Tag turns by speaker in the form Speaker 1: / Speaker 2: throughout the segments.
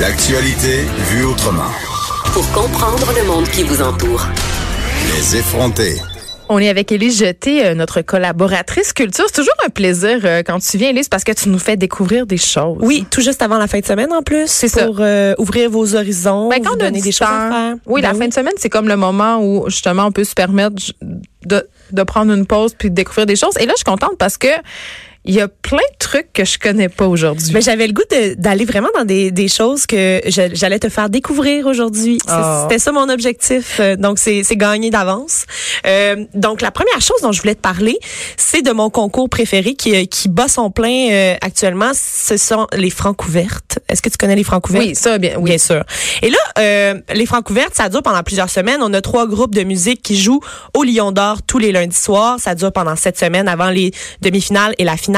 Speaker 1: L'actualité vue autrement.
Speaker 2: pour comprendre le monde qui vous entoure.
Speaker 1: Les effrontés.
Speaker 3: On est avec Élise Jeté, euh, notre collaboratrice culture. C'est toujours un plaisir euh, quand tu viens, Élise, parce que tu nous fais découvrir des choses.
Speaker 4: Oui, tout juste avant la fin de semaine en plus. C'est
Speaker 3: ça.
Speaker 4: Pour euh, ouvrir vos horizons,
Speaker 3: Ben,
Speaker 4: Oh, vous
Speaker 3: quand on a
Speaker 4: donner
Speaker 3: du
Speaker 4: des choses à
Speaker 3: temps-
Speaker 4: faire.
Speaker 3: Oui, la
Speaker 4: Ben
Speaker 3: fin de semaine, c'est comme le moment où justement on peut se permettre j- de, de prendre une pause puis de découvrir des choses. Et là, je suis contente parce que il y a plein de trucs que je connais pas aujourd'hui.
Speaker 4: Mais Ben, j'avais le goût de- d'aller vraiment dans des, des choses que je- j'allais te faire découvrir aujourd'hui. C'est-
Speaker 3: Ah.
Speaker 4: C'était ça mon objectif. Euh, Donc, c'est c'est gagné d'avance. Euh, donc, la première chose dont je voulais te parler, c'est de mon concours préféré qui, euh, qui bat son plein euh, actuellement. Ce sont les francs ouvertes. Est-ce que tu connais les francs ouvertes?
Speaker 3: Oui, ça, bien, oui.
Speaker 4: Bien sûr. Et là, euh, les francs ouvertes, ça dure pendant plusieurs semaines. On a trois groupes de musique qui jouent au Lion d'Or tous les lundis soirs. Ça dure pendant sept semaines avant les demi-finales et la finale.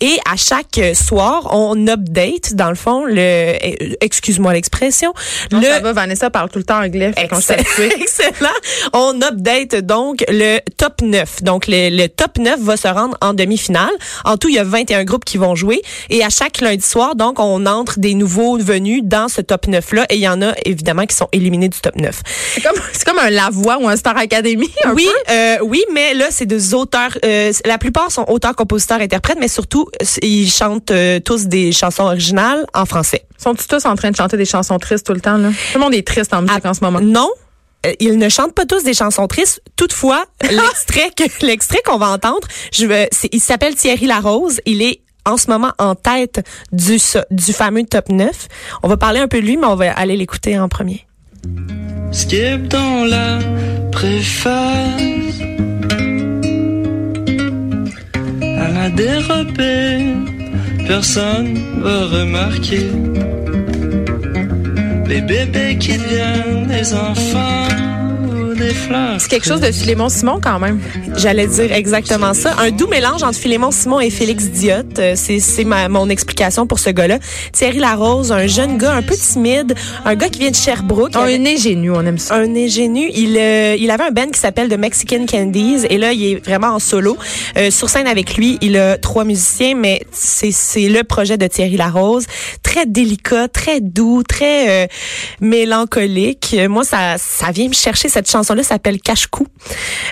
Speaker 4: Et à chaque euh, soir, on update, dans le fond, le, eh, excuse-moi l'expression,
Speaker 3: Non,
Speaker 4: le,
Speaker 3: ça va, Vanessa parle tout le temps anglais. fait qu'on
Speaker 4: Excellent.
Speaker 3: s'habitue.
Speaker 4: Excellent. On update donc le top 9. Donc, le, le top 9 va se rendre en demi-finale. En tout, il y a 21 groupes qui vont jouer. Et à chaque lundi soir, donc, on entre des nouveaux venus dans ce top 9-là. Et il y en a, évidemment, qui sont éliminés du top 9.
Speaker 3: C'est comme, c'est comme un Lavoie ou un Star Academy. un
Speaker 4: oui, euh, oui, mais là, c'est des auteurs. euh, la plupart sont auteurs, compositeurs, interprètes, mais surtout, c- ils chantent euh, tous des chansons originales en français.
Speaker 3: Sont-ils tous en train de chanter des chansons tristes tout le temps, là? Tout le monde est triste en musique en ce moment.
Speaker 4: Non. euh, Ils ne chantent pas tous des chansons tristes. Toutefois, l'extrait que l'extrait qu'on va entendre, je veux, c'est- il s'appelle Thierry Larose. Il est en ce moment en tête du so- du fameux top 9. On va parler un peu de lui, mais on va aller l'écouter en premier.
Speaker 5: Skip dans la préface À la dérobée Personne va remarquer Les bébés qui deviennent des enfants Ou des fleurs
Speaker 3: C'est quelque chose de Philémon Simon quand même.
Speaker 4: J'allais dire exactement ça. Un doux mélange entre Philémon Simon et Félix Diotte. Euh, C'est c'est ma- mon explication pour ce gars-là. Thierry Larose, un jeune gars un peu timide, un gars qui vient de Sherbrooke. Il
Speaker 3: On
Speaker 4: avait-
Speaker 3: est ingénu, on aime ça.
Speaker 4: un ingénu. Il, euh, il avait un band qui s'appelle The Mexican Candies et là, il est vraiment en solo. Euh, sur scène avec lui, il a trois musiciens, mais c'est, c'est le projet de Thierry Larose. Très délicat, très doux, très euh, mélancolique. Euh, Moi, ça, ça vient me chercher. Cette chanson-là s'appelle Cache-Cou.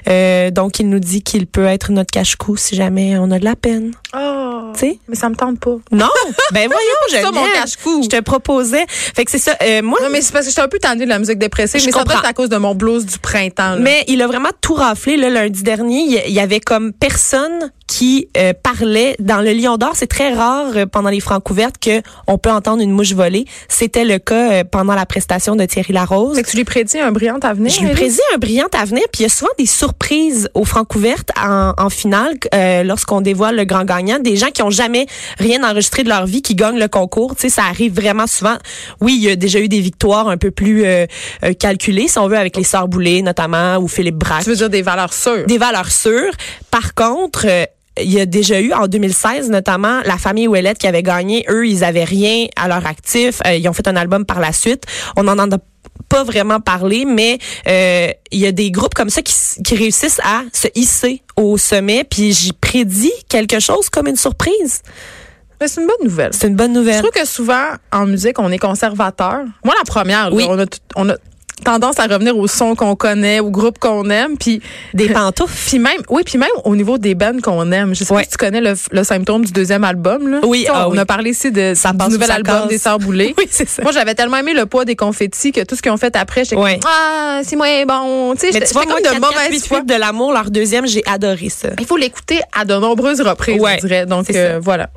Speaker 4: Euh, donc, il nous dit qu'il peut être notre cache-cou si jamais on a de la peine.
Speaker 3: Oh,
Speaker 4: Tu sais?
Speaker 3: mais ça me tente pas.
Speaker 4: Non! Ben voyons, je
Speaker 3: ça, mon
Speaker 4: l'aime.
Speaker 3: cache-cou.
Speaker 4: Je te proposais. Fait que c'est ça. Euh, moi,
Speaker 3: Non, mais c'est parce que j'étais un peu tendue de la musique dépressive,
Speaker 4: Je
Speaker 3: mais ça peut
Speaker 4: comprends.
Speaker 3: être à cause de mon blues du printemps. là.
Speaker 4: Mais il a vraiment tout raflé le lundi dernier. Il- Il y avait comme personne qui euh, parlait dans le Lion d'Or. C'est très rare euh, pendant les francs ouvertes que on peut entendre une mouche voler. C'était le cas euh, pendant la prestation de Thierry Larose.
Speaker 3: Fait que tu lui prédis un brillant avenir.
Speaker 4: Je lui
Speaker 3: Ellie?
Speaker 4: prédis un brillant avenir, puis il y a souvent des surprises aux Francouvertes en, en finale euh, lorsqu'on dévoile le grand gagnant. Des gens qui ont jamais rien enregistré de leur vie, qui gagnent le concours, tu sais, ça arrive vraiment souvent. Oui, il y a déjà eu des victoires un peu plus euh, euh, calculées, si on veut, avec les Sœurs Boulay notamment, ou Philippe Braque
Speaker 3: Tu veux dire des valeurs sûres.
Speaker 4: des valeurs sûres. Par contre, euh, il y a déjà eu en 2016 notamment la famille Ouellette qui avait gagné. Eux, ils avaient rien à leur actif. Euh, ils ont fait un album par la suite. On n'en a pas vraiment parlé, mais euh, il y a des groupes comme ça qui, s- qui réussissent à se hisser au sommet. Puis j'y prédis quelque chose comme une surprise.
Speaker 3: Mais c'est une bonne nouvelle.
Speaker 4: C'est une bonne
Speaker 3: Je
Speaker 4: nouvelle.
Speaker 3: trouve que souvent, en musique, on est conservateur. Moi, la première, là,
Speaker 4: Oui.
Speaker 3: on, a tout- on a tendance à revenir au son qu'on connaît, au groupe qu'on aime, puis
Speaker 4: Des pantoufles.
Speaker 3: Puis même, oui, puis même au niveau des bands qu'on aime. Je sais
Speaker 4: Ouais.
Speaker 3: pas si tu connais le, le symptôme du deuxième album. Là.
Speaker 4: Oui,
Speaker 3: Tu sais, on,
Speaker 4: ah oui.
Speaker 3: a parlé ici de,
Speaker 4: Ça
Speaker 3: du
Speaker 4: passe ou
Speaker 3: nouvel
Speaker 4: ça
Speaker 3: album
Speaker 4: casse.
Speaker 3: des Sœurs Boulay.
Speaker 4: Oui, c'est ça.
Speaker 3: Moi, j'avais tellement aimé le poids des confettis que tout ce qu'ils ont fait après, j'étais
Speaker 4: Ouais.
Speaker 3: comme, ah, c'est moins bon. Tu sais,
Speaker 4: Mais
Speaker 3: j'étais
Speaker 4: tu vois,
Speaker 3: j'étais
Speaker 4: moi,
Speaker 3: comme de mauvaise foi.
Speaker 4: de l'amour, leur deuxième, j'ai adoré ça.
Speaker 3: Il faut l'écouter à de nombreuses reprises,
Speaker 4: Ouais,
Speaker 3: on dirait. Donc
Speaker 4: c'est
Speaker 3: euh,
Speaker 4: ça.
Speaker 3: voilà.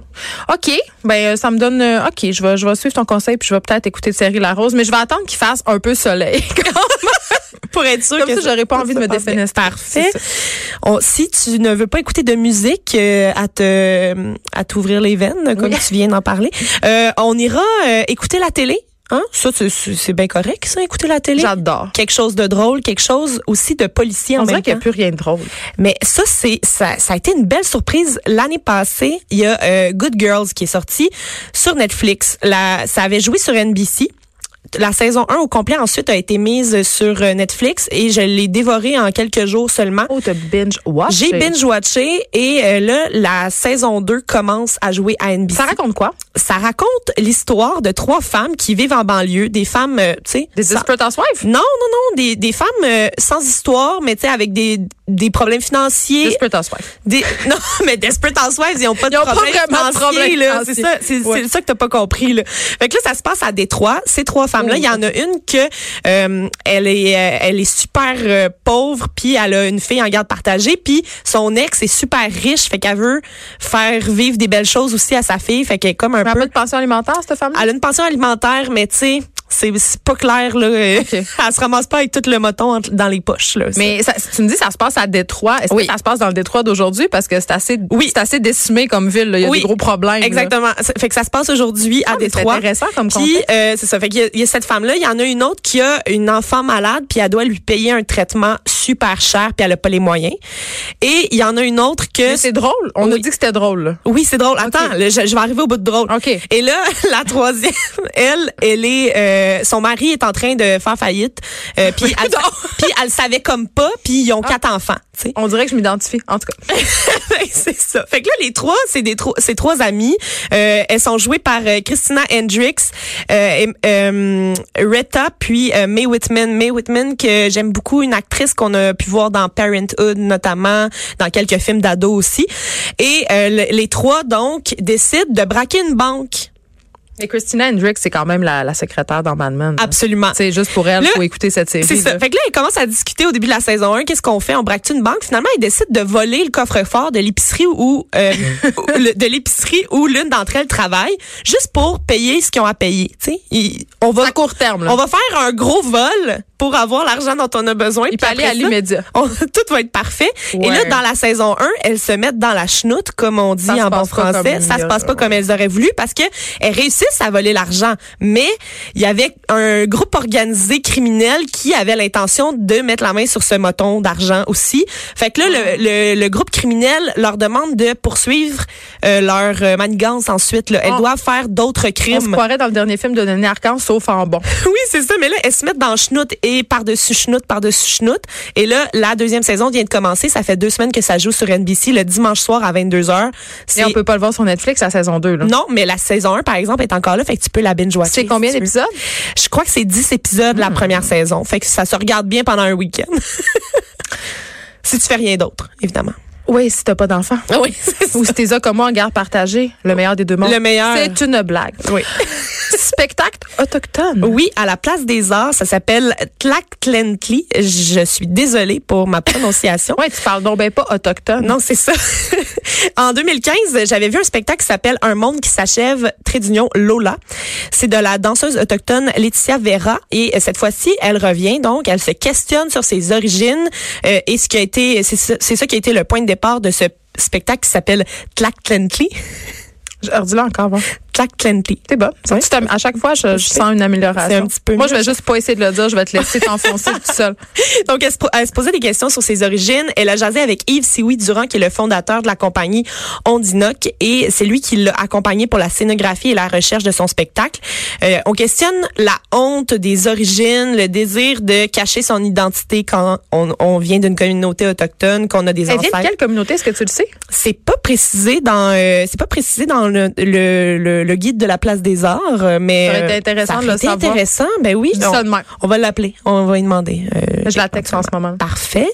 Speaker 3: OK, ben euh, ça me donne euh, OK, je vais je vais suivre ton conseil puis je vais peut-être écouter Thierry Larose, mais je vais attendre qu'il fasse un peu soleil. Quand même.
Speaker 4: pour être sûr
Speaker 3: Comme
Speaker 4: que
Speaker 3: ça, j'aurais pas
Speaker 4: ça
Speaker 3: envie de me
Speaker 4: se passe bien.
Speaker 3: défenestrer.
Speaker 4: Parfait. On- si tu ne veux pas écouter de musique euh, à te à t'ouvrir les veines comme tu viens d'en parler, euh, on ira euh, écouter la télé. Hein? Ça, c'est- c'est c'est bien correct, ça, écouter la télé.
Speaker 3: J'adore.
Speaker 4: Quelque chose de drôle, quelque chose aussi de policier
Speaker 3: On
Speaker 4: en
Speaker 3: dirait
Speaker 4: même
Speaker 3: qu'il
Speaker 4: temps.
Speaker 3: n'y a plus rien de drôle.
Speaker 4: Mais ça, c'est ça, ça a été une belle surprise l'année passée. Il y a euh, Good Girls qui est sorti sur Netflix. La, ça avait joué sur NBC. La saison 1 au complet ensuite a été mise sur euh, Netflix et je l'ai dévorée en quelques jours seulement.
Speaker 3: Oh, t'as binge watch.
Speaker 4: J'ai binge-watché et euh, là, la saison 2 commence à jouer à NBC.
Speaker 3: Ça raconte quoi?
Speaker 4: Ça raconte l'histoire de trois femmes qui vivent en banlieue, des femmes, euh, tu sais...
Speaker 3: Des
Speaker 4: sans-
Speaker 3: Desperate Housewives?
Speaker 4: Non, non, non, des, des femmes euh, sans histoire, mais tu sais, avec des, des problèmes financiers.
Speaker 3: Desperate Housewives.
Speaker 4: Des- non, mais Desperate Housewives, ils ont pas de
Speaker 3: Ils ont pas
Speaker 4: problème.
Speaker 3: vraiment de
Speaker 4: financier,
Speaker 3: problème
Speaker 4: là. C'est
Speaker 3: financier.
Speaker 4: ça, c'est
Speaker 3: Ouais.
Speaker 4: c'est ça que t'as pas compris, là. Fait que là, ça se passe à Détroit. Ces trois femmes-là, il y en a une que, euh, elle est, euh, elle est super euh, pauvre, puis elle a une fille en garde partagée, puis son ex est super riche, fait qu'elle veut faire vivre des belles choses aussi à sa fille, fait qu'elle est comme un
Speaker 3: Elle a
Speaker 4: peu.
Speaker 3: pas de pension alimentaire, cette femme-là?
Speaker 4: Elle a une pension alimentaire, mais tu sais, c'est c'est pas clair, là. Elle se ramasse pas avec tout le moton entre- dans les poches, là.
Speaker 3: Mais ça- tu me dis, ça se passe à Détroit. Est-ce
Speaker 4: Oui.
Speaker 3: que ça se passe dans le Détroit d'aujourd'hui? Parce que c'est assez,
Speaker 4: Oui.
Speaker 3: c'est assez décimé comme ville. là. Il y a
Speaker 4: Oui.
Speaker 3: des gros problèmes. là.
Speaker 4: Exactement. Ça Fait que ça se passe aujourd'hui à
Speaker 3: Ah, mais c'est
Speaker 4: Détroit.
Speaker 3: intéressant comme
Speaker 4: Puis,
Speaker 3: contexte.
Speaker 4: euh, c'est ça. Fait qu'il y a- il y, a cette femme-là, il y en a une autre qui a une enfant malade, puis elle doit lui payer un traitement super cher, puis elle a pas les moyens. Et il y en a une autre que...
Speaker 3: Mais c'est drôle. On nous
Speaker 4: Oui.
Speaker 3: dit que c'était drôle. là.
Speaker 4: Oui, c'est drôle. Attends, là, je, je vais arriver au bout de drôle.
Speaker 3: OK.
Speaker 4: Et là, la troisième, elle, elle est, euh, son mari est en train de faire faillite. euh, puis, elle, puis elle le savait comme pas. Puis ils ont
Speaker 3: Ah.
Speaker 4: quatre enfants. tu sais.
Speaker 3: On dirait que je m'identifie. En tout cas,
Speaker 4: Fait que Ben, c'est ça. Fait que là, les trois, c'est des trois, c'est trois amies. Euh, elles sont jouées par euh, Christina Hendricks, euh, et, euh, Retta, puis euh, Mae Whitman. Mae Whitman, que j'aime beaucoup, une actrice qu'on a pu voir dans Parenthood, notamment, dans quelques films d'ados aussi. Et euh, le- les trois, donc, décident de braquer une banque.
Speaker 3: et Christina Hendricks, c'est quand même la, la secrétaire dans Mad Men. là.
Speaker 4: Absolument.
Speaker 3: C'est juste pour elle,
Speaker 4: Là,
Speaker 3: faut écouter cette série.
Speaker 4: C'est ça.
Speaker 3: là.
Speaker 4: Fait que là, ils commencent à discuter au début de la saison 1. Qu'est-ce qu'on fait? On braque une banque? Finalement, ils décident de voler le coffre-fort de l'épicerie où, euh, où le- de l'épicerie où l'une d'entre elles travaille, juste pour payer ce qu'ils ont à payer. Tu sais, ils- on va,
Speaker 3: À court terme, là.
Speaker 4: on va faire un gros vol pour avoir l'argent dont on a besoin.
Speaker 3: Il peut
Speaker 4: puis
Speaker 3: aller
Speaker 4: après
Speaker 3: à
Speaker 4: ça,
Speaker 3: l'immédiat.
Speaker 4: on- tout va être parfait. Et là,
Speaker 3: Ouais.
Speaker 4: dans la saison 1, elles se mettent dans la chenoute, comme on dit
Speaker 3: Ça se
Speaker 4: en bon
Speaker 3: passe pas
Speaker 4: français.
Speaker 3: comme
Speaker 4: Ça se
Speaker 3: elles-
Speaker 4: passe pas comme elles auraient voulu parce que elles réussissent à voler l'argent. Mais il y avait un groupe organisé criminel qui avait l'intention de mettre la main sur ce moton d'argent aussi. Fait que là, le, le- le groupe criminel leur demande de poursuivre euh, leur euh, manigance ensuite. là. Elles
Speaker 3: On-
Speaker 4: doivent faire d'autres
Speaker 3: Ah. On se
Speaker 4: crimes.
Speaker 3: croirait dans le dernier film de Denis Arcand, sauf en bon.
Speaker 4: Oui, c'est ça. Mais là, elles se mettent dans chenoute et par-dessus chenoute, par-dessus chenoute. Et là, la deuxième saison vient de commencer. Ça fait deux semaines que ça joue sur NBC le dimanche soir à 22h.
Speaker 3: Et on peut pas le voir sur Netflix à saison 2. Là.
Speaker 4: Non, mais la saison 1, par exemple, est encore là. Fait que tu peux la binge-watcher.
Speaker 3: C'est combien
Speaker 4: si tu veux.
Speaker 3: d'épisodes? Hmm.
Speaker 4: Je crois que c'est 10 épisodes la première saison. Fait que ça se regarde bien pendant un week-end. si tu fais rien d'autre, évidemment.
Speaker 3: Oui, si t'as pas d'enfant.
Speaker 4: Oui, c'est
Speaker 3: Ou si t'es Ah ça comme moi en garde partagée, le meilleur des deux mondes.
Speaker 4: Le meilleur.
Speaker 3: C'est une blague.
Speaker 4: Oui.
Speaker 3: Spectacle autochtone.
Speaker 4: Oui, à la place des arts, ça s'appelle Tlactlentli. Je suis désolée pour ma prononciation.
Speaker 3: Ouais, tu parles donc ben pas autochtone.
Speaker 4: Non, c'est ça. en 2015, j'avais vu un spectacle qui s'appelle Un monde qui s'achève, trait d'union Lola. C'est de la danseuse autochtone Laetitia Vera et euh, cette fois-ci, elle revient donc, elle se questionne sur ses origines euh, et ce qui a été c'est ça- c'est ça qui a été le point de départ de ce spectacle qui s'appelle Tlactlentli.
Speaker 3: Je redis-le encore. va.
Speaker 4: Tlactlentli.
Speaker 3: T'es bonne.
Speaker 4: Oui.
Speaker 3: Tu t'am- À chaque fois, je, je sens une amélioration.
Speaker 4: C'est un petit peu
Speaker 3: Moi,
Speaker 4: mieux.
Speaker 3: je vais juste pas essayer de le dire. Je vais te laisser t'enfoncer tout seul.
Speaker 4: Donc, elle se, po- elle se posait des questions sur ses origines. Elle a jasé avec Yves Sioui Durand, qui est le fondateur de la compagnie Ondinoc, et c'est lui qui l'a accompagné pour la scénographie et la recherche de son spectacle. Euh, on questionne la honte des origines, le désir de cacher son identité quand on, on vient d'une communauté autochtone, qu'on a des
Speaker 3: Elle vient de
Speaker 4: ancêtres.
Speaker 3: quelle communauté? Est-ce que tu le sais?
Speaker 4: C'est pas précisé dans, euh, c'est pas précisé dans le, le, le- le guide de la place des arts, euh, mais
Speaker 3: Ça aurait été
Speaker 4: euh,
Speaker 3: intéressant
Speaker 4: ça
Speaker 3: de
Speaker 4: aurait
Speaker 3: le
Speaker 4: été
Speaker 3: savoir.
Speaker 4: intéressant. Ben oui,
Speaker 3: Je dis
Speaker 4: on-
Speaker 3: ça de même.
Speaker 4: on va l'appeler, on va lui demander. euh,
Speaker 3: Je la texte en ce moment.
Speaker 4: Parfait.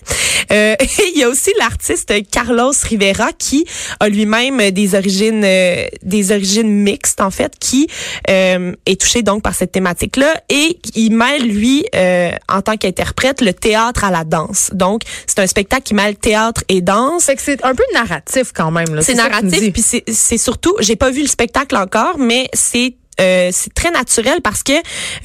Speaker 4: Euh, il y a aussi l'artiste Carlos Rivera qui a lui-même des origines euh, des origines mixtes en fait, qui euh, est touché donc par cette thématique-là et il mêle lui euh, en tant qu'interprète le théâtre à la danse. Donc c'est un spectacle qui mêle théâtre et danse.
Speaker 3: Fait que c'est un peu narratif quand même. là.
Speaker 4: C'est
Speaker 3: ça que tu me dis.
Speaker 4: narratif puis c'est c'est surtout j'ai pas vu le spectacle encore mais c'est euh, c'est très naturel parce que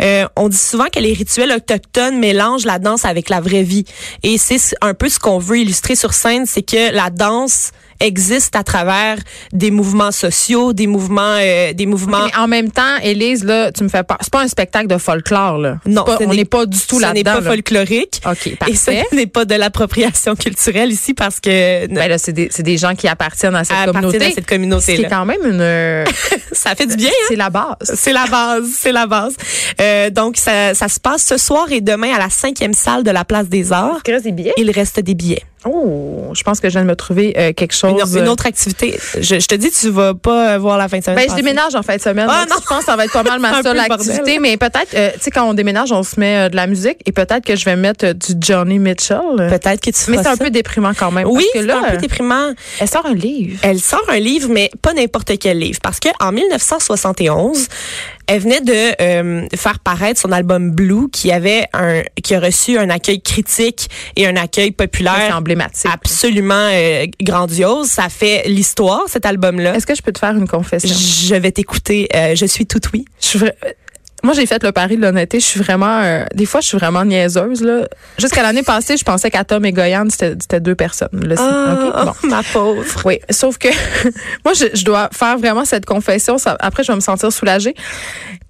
Speaker 4: euh, on dit souvent que les rituels autochtones mélangent la danse avec la vraie vie. Et c'est ce- un peu ce qu'on veut illustrer sur scène, c'est que la danse existe à travers des mouvements sociaux, des mouvements, euh, des mouvements
Speaker 3: Mais en même temps, Élise, là, tu me fais pas. C'est pas un spectacle de folklore, là. C'est
Speaker 4: Non,
Speaker 3: pas-
Speaker 4: ce
Speaker 3: on n'est pas du tout
Speaker 4: ce n'est
Speaker 3: là-dedans.
Speaker 4: pas
Speaker 3: là.
Speaker 4: folklorique.
Speaker 3: OK,
Speaker 4: Et ce
Speaker 3: parfait.
Speaker 4: n'est pas de l'appropriation culturelle ici parce que
Speaker 3: Ben là, c'est des, c'est des gens qui appartiennent à cette
Speaker 4: Appartiennent
Speaker 3: communauté.
Speaker 4: à cette communauté,
Speaker 3: Ce qui
Speaker 4: là.
Speaker 3: est quand même une.
Speaker 4: ça fait du bien. hein?
Speaker 3: c'est la base.
Speaker 4: C'est la base, c'est la base. Euh, donc, ça, ça se passe ce soir et demain à la cinquième salle de la Place des Arts.
Speaker 3: des billets.
Speaker 4: Il reste des billets.
Speaker 3: Oh, je pense que je viens de me trouver euh, quelque chose.
Speaker 4: Une, une autre activité. Je, je te dis, tu vas pas euh, voir la fin de semaine.
Speaker 3: Ben, je
Speaker 4: passée.
Speaker 3: déménage en fin de semaine.
Speaker 4: Ah,
Speaker 3: donc
Speaker 4: non.
Speaker 3: Je pense que ça va être pas mal
Speaker 4: C'est un
Speaker 3: ma
Speaker 4: peu
Speaker 3: seule
Speaker 4: le bordel.
Speaker 3: activité. Mais peut-être, euh, tu sais, quand on déménage, on se met euh, de la musique et peut-être que je vais mettre euh, du Johnny Mitchell.
Speaker 4: Peut-être que tu
Speaker 3: Mais
Speaker 4: feras
Speaker 3: c'est un
Speaker 4: ça.
Speaker 3: peu déprimant quand même.
Speaker 4: Oui,
Speaker 3: parce
Speaker 4: c'est
Speaker 3: que là, euh,
Speaker 4: un peu déprimant.
Speaker 3: elle sort un livre.
Speaker 4: Elle sort un livre, mais pas n'importe quel livre, parce que en 1971, elle venait de euh, faire paraître son album Blue, qui avait un, qui a reçu un accueil critique et un accueil
Speaker 3: C'est
Speaker 4: populaire
Speaker 3: emblématique.
Speaker 4: absolument euh, grandiose. Ça fait l'histoire cet album-là.
Speaker 3: Est-ce que je peux te faire une confession?
Speaker 4: Hein? Je vais t'écouter. euh, je suis tout oui.
Speaker 3: Je suis vra- Moi, j'ai fait le pari de l'honnêteté. Je suis vraiment. euh, des fois, je suis vraiment niaiseuse. là. Jusqu'à l'année passée, je pensais qu'à Tom et Goyan, c'était c'était deux personnes. Là, c'est-
Speaker 4: Ah,
Speaker 3: OK? Bon.
Speaker 4: ma pauvre.
Speaker 3: Oui, sauf que moi, je, je dois faire vraiment cette confession. Ça- après, je vais me sentir soulagée.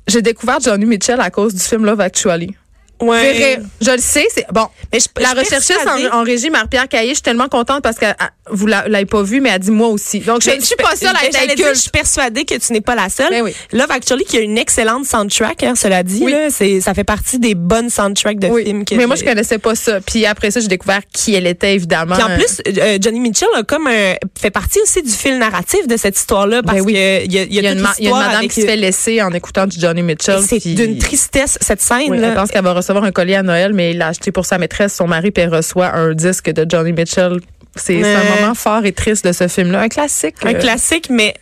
Speaker 3: J'ai découvert Johnny Mitchell à cause du film Love Actually. C'est vrai. Je le sais. C'est bon.
Speaker 4: Mais je-
Speaker 3: la
Speaker 4: je suis
Speaker 3: recherchiste
Speaker 4: persuadée-
Speaker 3: en, en régie, Marie-Pierre Caillé, je suis tellement contente parce que ah, vous la- l'avez pas vue, mais elle dit moi aussi. Donc, je ne suis pas seule à être
Speaker 4: J'allais
Speaker 3: inculte.
Speaker 4: dire, Je suis persuadée que tu n'es pas la seule.
Speaker 3: Ben oui.
Speaker 4: Love Actually qui a une excellente soundtrack, hein, cela dit.
Speaker 3: Oui.
Speaker 4: là. C'est- ça fait partie des bonnes soundtracks de
Speaker 3: Oui.
Speaker 4: films. Que
Speaker 3: Mais moi, je
Speaker 4: j'ai-
Speaker 3: connaissais pas ça. Puis après ça, j'ai découvert qui elle était, évidemment.
Speaker 4: Puis en plus,
Speaker 3: hein.
Speaker 4: euh, Johnny Mitchell a comme un- fait partie aussi du fil narratif de cette histoire-là parce
Speaker 3: Ben oui.
Speaker 4: que il y a, il y a
Speaker 3: il y a
Speaker 4: toute
Speaker 3: une, ma- il y a une
Speaker 4: l'histoire
Speaker 3: madame
Speaker 4: avec-
Speaker 3: qui se fait laisser en écoutant du Johnny Mitchell.
Speaker 4: C'est
Speaker 3: puis-
Speaker 4: d'une tristesse cette scène.
Speaker 3: Oui,
Speaker 4: là.
Speaker 3: elle pense qu'elle va recevoir un collier à Noël, mais il l'a acheté pour sa maîtresse, son mari, puis elle reçoit un disque de Johnny Mitchell. C'est c'est
Speaker 4: Mais-
Speaker 3: un moment fort et triste de ce film-là. Un classique.
Speaker 4: un
Speaker 3: euh,
Speaker 4: classique, mais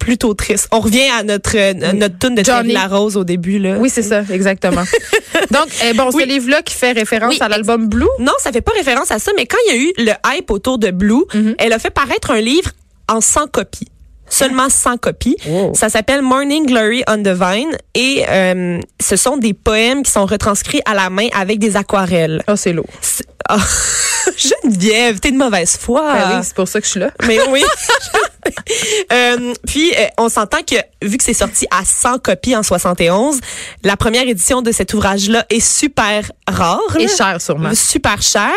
Speaker 4: plutôt triste. On revient à notre euh, notre tune de
Speaker 3: Mm. Johnny.
Speaker 4: Johnny La Rose au début là.
Speaker 3: Oui, c'est ça, exactement. Donc, eh, bon,
Speaker 4: Oui.
Speaker 3: ce livre-là qui fait référence
Speaker 4: Oui,
Speaker 3: à l'album Blue.
Speaker 4: Non, ça fait pas référence à ça, mais quand il y a eu le hype autour de Blue,
Speaker 3: Mm-hmm.
Speaker 4: elle a fait paraître un livre en 100 copies. Seulement 100 copies.
Speaker 3: Wow.
Speaker 4: Ça s'appelle Morning Glory on the Vine et euh, ce sont des poèmes qui sont retranscrits à la main avec des aquarelles.
Speaker 3: Ah, c'est lourd.
Speaker 4: C'est- Ah, Geneviève, t'es de mauvaise foi.
Speaker 3: Ben oui, c'est pour ça que je suis là.
Speaker 4: Mais oui. Euh, puis, euh, on s'entend que, vu que c'est sorti à 100 copies en 71, la première édition de cet ouvrage-là est super rare.
Speaker 3: Et
Speaker 4: là.
Speaker 3: cher, sûrement.
Speaker 4: Super cher.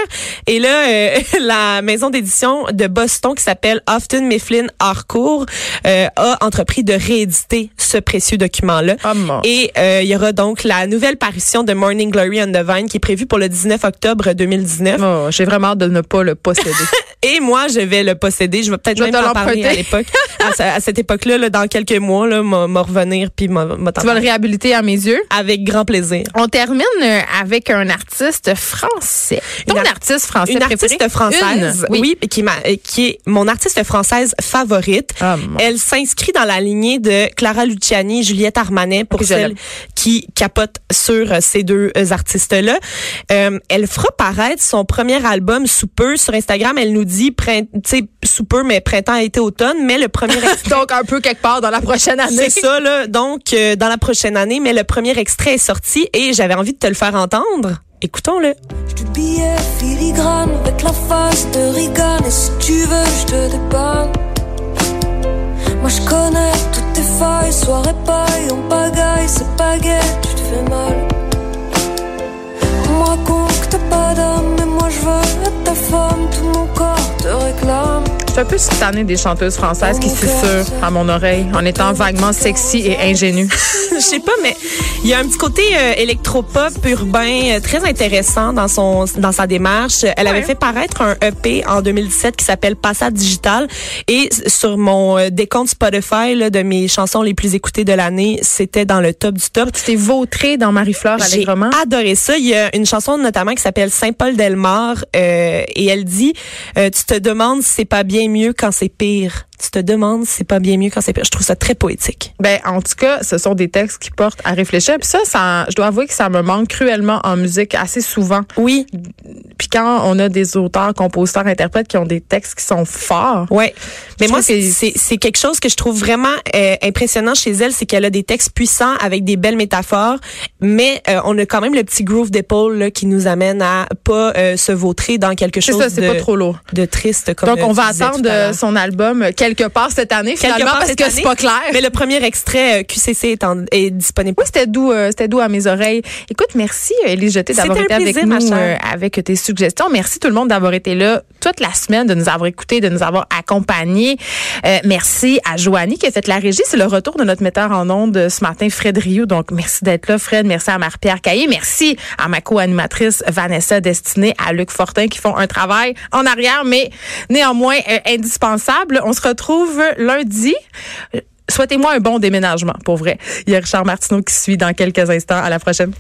Speaker 4: Et là, euh, la maison d'édition de Boston qui s'appelle Often Mifflin Harcourt euh, a entrepris de rééditer ce précieux document-là.
Speaker 3: Oh, mon.
Speaker 4: Et euh, il y aura donc la nouvelle parution de Morning Glory on the Vine qui est prévue pour le 19 octobre 2019.
Speaker 3: Oh, J'ai vraiment hâte de ne pas le posséder.
Speaker 4: Et moi, je vais le posséder. Je vais peut-être
Speaker 3: Je vais
Speaker 4: même
Speaker 3: te
Speaker 4: t'en parler
Speaker 3: l'emprunter.
Speaker 4: à l'époque. à, ce- à cette époque-là, là, dans quelques mois, là, m'a m'a revenir puis m'a m'a t'en
Speaker 3: tu vas le
Speaker 4: parler.
Speaker 3: réhabiliter à mes yeux.
Speaker 4: Avec grand plaisir.
Speaker 3: On termine euh, avec un artiste français. Ton
Speaker 4: Une ar-
Speaker 3: artiste français
Speaker 4: Une
Speaker 3: préféré?
Speaker 4: artiste française,
Speaker 3: Une? Oui.
Speaker 4: oui, qui, est ma- euh, qui est mon artiste française favorite.
Speaker 3: Ah, mon.
Speaker 4: Elle s'inscrit dans la lignée de Clara Luciani, Juliette Armanet, pour
Speaker 3: Ok, je
Speaker 4: celles
Speaker 3: l'aime.
Speaker 4: qui capotent sur euh, ces deux euh, artistes-là. Euh, elle fera paraître son premier album sous peu. Sur Instagram, elle nous dit, print- tu sais, sous peu, mais printemps, été, automne, mais le premier
Speaker 3: Donc, un peu quelque part dans la prochaine année.
Speaker 4: C'est ça, là. Donc, euh, dans la prochaine année, mais le premier extrait est sorti et j'avais envie de te le faire entendre. Écoutons-le.
Speaker 6: Je te billet filigrane avec la face de Reagan Et si tu veux, je te dépanne Moi, je connais toutes tes failles Soirée paille, on pagaille, c'est pas gai, tu te fais mal On me raconte que t'as pas d'âme Mais moi, je veux être ta femme Tout mon corps te réclame
Speaker 3: Je suis un peu tannée des chanteuses françaises qui susurrent à mon oreille en étant vaguement sexy et ingénue.
Speaker 4: Je sais pas, mais il y a un petit côté euh, électropop urbain euh, très intéressant dans son dans sa démarche. Elle avait fait paraître un EP en 2017 qui s'appelle Passade Digital et s- sur mon euh, décompte Spotify là, de mes chansons les plus écoutées de l'année, c'était dans le top du top.
Speaker 3: Tu t'es vautrée dans Marie-Fleur
Speaker 4: J'ai
Speaker 3: allègrement.
Speaker 4: adoré ça. Il y a une chanson notamment qui s'appelle Saint-Paul-Delmar euh, et elle dit euh, Tu te demandes si c'est pas bien mieux quand c'est pire. tu te demandes si c'est pas bien mieux quand c'est pire. Je trouve ça très poétique.
Speaker 3: Ben, en tout cas, ce sont des textes qui portent à réfléchir. Puis ça, ça, je dois avouer que ça me manque cruellement en musique assez souvent.
Speaker 4: Oui.
Speaker 3: Puis quand on a des auteurs, compositeurs, interprètes qui ont des textes qui sont forts.
Speaker 4: Ouais. Mais
Speaker 3: Je
Speaker 4: moi,
Speaker 3: trouve que-
Speaker 4: c'est c'est- c'est quelque chose que je trouve vraiment euh, impressionnant chez elle, c'est qu'elle a des textes puissants avec des belles métaphores, mais euh, on a quand même le petit groove d'épaule là, qui nous amène à pas euh, se vautrer dans quelque
Speaker 3: C'est
Speaker 4: chose
Speaker 3: ça, c'est
Speaker 4: de,
Speaker 3: pas trop lourd.
Speaker 4: de triste. Comme
Speaker 3: Donc,
Speaker 4: euh,
Speaker 3: on
Speaker 4: tu
Speaker 3: va
Speaker 4: disais tout
Speaker 3: attendre
Speaker 4: à
Speaker 3: euh,
Speaker 4: l'heure.
Speaker 3: son album euh, quelque part cette année,
Speaker 4: Quelque
Speaker 3: finalement,
Speaker 4: part
Speaker 3: parce
Speaker 4: cette
Speaker 3: que
Speaker 4: année,
Speaker 3: c'est pas clair.
Speaker 4: Mais le premier extrait euh, QCC est, en- est disponible.
Speaker 3: Oui, c'était doux, euh, c'était doux à mes oreilles. Écoute, merci euh, Élise Jeté d'avoir
Speaker 4: C'était
Speaker 3: été
Speaker 4: un
Speaker 3: avec
Speaker 4: plaisir, ma
Speaker 3: nous, euh,
Speaker 4: chère.
Speaker 3: avec tes suggestions. Merci tout le monde d'avoir été là toute la semaine, de nous avoir écoutés, de nous avoir accompagnés. Euh, merci à Joanie qui a fait la régie. C'est le retour de notre metteur en ondes euh, ce matin, Fred Rioux. Donc, merci d'être là, Fred. Merci à Marie-Pierre Caillé. Merci à ma co-animatrice Vanessa Destinée, à Luc Fortin qui font un travail en arrière, mais néanmoins euh, indispensable. On se retrouve lundi. Euh, Souhaitez-moi un bon déménagement, pour vrai. Il y a Richard Martineau qui suit dans quelques instants. À la prochaine.